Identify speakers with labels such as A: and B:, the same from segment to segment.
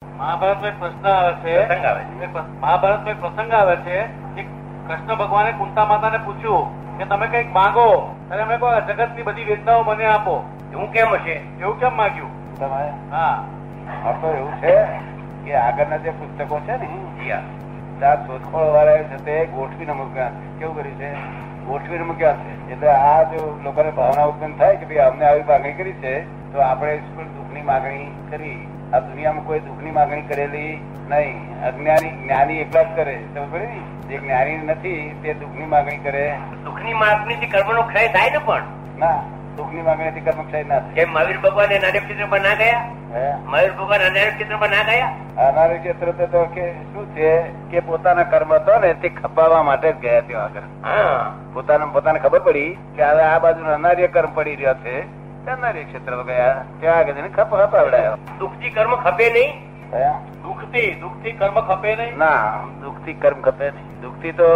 A: મહાભારતમાં એક પ્રશ્ન આવે છે
B: પ્રસંગ આવે છે.
A: એક પ્રસ- મહાભારતમાં એક પ્રસંગ આવે છે કે કૃષ્ણ ભગવાને કુંતા માતાને પૂછ્યું કે તમે કંઈક માંગો ત્યારે અમે કહો જગતની બધી વેદનાઓ મને આપો
B: એવું કેમ હશે
A: એવું કેમ માંગ્યું
C: તમે
A: હા
C: આ તો એવું છે કે આગળના જે પુસ્તકો છે ને
B: જી હા.
C: ત્યાં શોધખોળ વાળા છે તે ગોઠવીને મૂક્યા છે. કેવું કર્યું છે ગોઠવીને મૂક્યા છે એટલે આ જો લોકોને ભાવના ઉત્પન્ન થાય કે ભાઈ અમને આવી માગણી કરી છે તો આપણે કોઈ દુઃખની માગણી કરી આ દુનિયામાં કોઈ દુઃખની માગણી કરેલી નહીં અજ્ઞાની જ્ઞાની એકલા જ કરે સમજ પડી ને? જે જ્ઞાની નથી તે દુઃખની માગણી કરે
B: દુઃખની માગણીથી કર્મનો ક્ષય થાય ને પણ
C: ના દુઃખની માગણીથી કર્મક્ષય ના
B: જેમ મહાવીર ભગવાન એ નારેપ ક્ષેત્રમાં ના ગયા
C: થાય હે?
B: મહાવીર ભગવાન અનારેપ ક્ષેત્રમાં ના ગયા
C: અનારે ક્ષેત્ર તો તો કે શું છે કે પોતાના કર્મ હતો ને તે ખપાવવા માટે જ ગયા ત્યાં આગળ
B: હા
C: પોતાને પોતાને ખબર પડી કે હવે આ બાજુ અનાર્ય કર્મ પડી રહ્યો છે તે અનાર્ય ક્ષેત્રમાં ગયા ત્યાં આગળ જઈને ખપ ખપાવડાયો
B: દુઃખથી કર્મ ખપે નહીં
C: હે?
A: દુઃખથી દુઃખથી કર્મ ખપે નહીં
C: ના દુઃખથી કર્મ ખપે નહીં દુઃખથી તો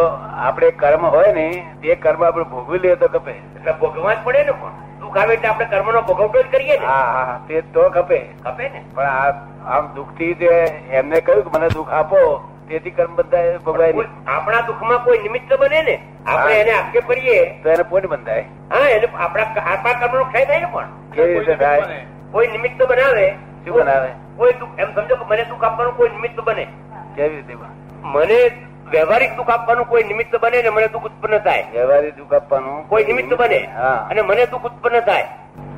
C: આપણે કર્મ હોય ને તે કર્મ આપણે ભોગવી લઈએ તો ખપે
B: એટલે ભોગવવા જ પડે ને પણ દુઃખ આવે એટલે આપણે કર્મનો ભોગવટો જ કરીએ ને
C: હા હા તે તો ખપે
B: ખપે ને
C: પણ આ આમ દુઃખથી જે એમને કહ્યું કે મને દુઃખ આપો તેથી કર્મ બંધાય ભોગવાય
B: કોઈ-
C: નહીં
B: આપણા દુઃખમાં કોઈ નિમિત્ત બને ને આપણે
C: હા.
B: એને આક્ષેપ કરીએ
C: તો એને પોઈન્ટ બંધાય
B: હા એને આપણા આપણા કર્મનો ક્ષય થાય ને પણ
C: કેવી રીતે થાય
B: કોઈ નિમિત્ત બનાવે
C: શું બનાવે?
B: કોઈ દુઃખ એમ સમજો કે મને દુઃખ આપવાનું કોઈ નિમિત્ત બને
C: કેવી રીતે બને?
B: મને વ્યવહારિક દુઃખ આપવાનું કોઈ નિમિત્ત બને ને મને દુઃખ ઉત્પન્ન થાય
C: વ્યવહારી દુઃખ આપવાનું
B: કોઈ નિમિત્ત બને
C: હા
B: અને મને દુઃખ ઉત્પન્ન થાય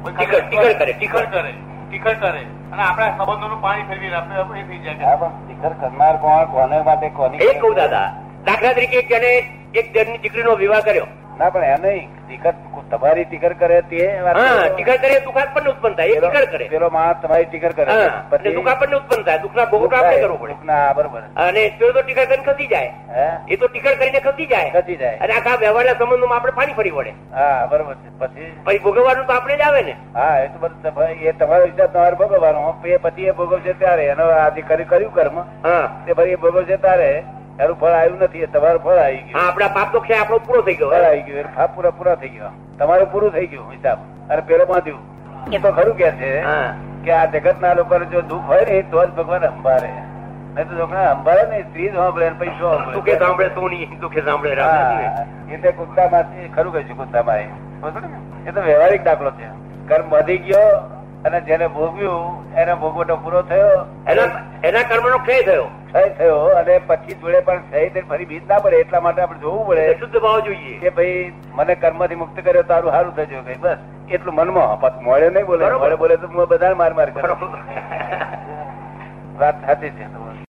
B: ટીકળ- ટીકળ કરે, ટીકળ.
A: કરે ટીકળ કરે અને આપણા સંબંધોનું પાણી ફેરવી રાખે એ થઈ જાય
C: હા, પણ શિખર કરનાર કોણ કોને માટે કોની
B: એ જ કહું દાદા દાખલા તરીકે એક જણે એક જણની દીકરીનો વિવાહ કર્યો
C: ના પણ એ નહીં શિખર તમારી ટીકર કરે તે વાત
B: હા
C: કરો.
B: ટીકળ કરે દુઃખ આપણને ઉત્પન્ન થાય એ
C: પેલો-
B: ટીકળ કરે
C: પેલો માણસ તમારી ટીકર કરે
B: હા અને
C: પછી
B: દુઃખ આપણને ઉત્પન્ન થાય દુઃખના
C: દુઃખ
B: ભોગવટો આપણે
C: થાય.
B: કરવો પડે
C: દુઃખના આ બરોબર
B: અને પેલો તો ટીકળ કરીને ખસી જાય
C: હે
B: એ તો ટીકળ કરીને ખસી જાય
C: ખસી જાય
B: અને આખા વ્યવહારના સંબંધોમાં આપણે પાણી ફરી વળે
C: હા બરોબર છે પછી
B: પછી ભોગવવાનું તો આપણે જ આવે ને
C: હા એ તો બધું તમારે- એ તમારો વિચાર તમારે ભોગવવાનો એ પછી એ ભોગવશે ત્યારે એનો આ જે કર્યું કર્યું કર્મ
B: હા
C: તે ફરી એ ભોગવશે ત્યારે એનું ફળ આવ્યું નથી એ તમારું ફળ આવી ગયું
B: હા આપણા પાપ તો ક્ષય આપણો પૂરો થઈ ગયો
C: ફળ આવી ગયું ફા પૂરા પૂરા થઈ ગયો તમારું પૂરું થઈ ગયું હિસાબ અને પેલો બાંધ્યું એ તો ખરું કે છે
B: હા
C: કે આ જગત ના લોકો જો દુઃખ હોય ને તો જ ભગવાન સંભાળે નહીં તો છોકરા સંભાળે નહીં સ્ત્રી જ સાંભળે ને પછી શું
B: દુઃખે
C: સાંભળે
B: સાંભળે સોની દુઃખે સાંભળે રામ
C: હા, એટલે કુત્તા માંથી ખરું કહ્યું છું કુત્તા માએ. એ તો વ્યવહારિક દાખલો છે કર્મ વધી ગયો અને જેને ભોગવ્યું એને ભોગવટો પૂરો થયો
B: એના એના કર્મનો ક્ષય થયો
C: ક્ષય થયો અને પછી જોડે પણ ક્ષય થઈને ફરી બીજ ના પડે એટલા માટે આપણે જોવું પડે
B: એટલે શુદ્ધ ભાવ જોઈએ
C: કે ભાઈ મને કર્મથી મુક્ત કર્યો તારું સારું થજો ભાઈ બસ એટલું મનમાં પાછું મોડે નહીં બોલે
B: બરોબર.
C: મોડે બોલે તો બધા માર માર કરે
B: બરોબર.
C: વાત સાચી છે તમારી.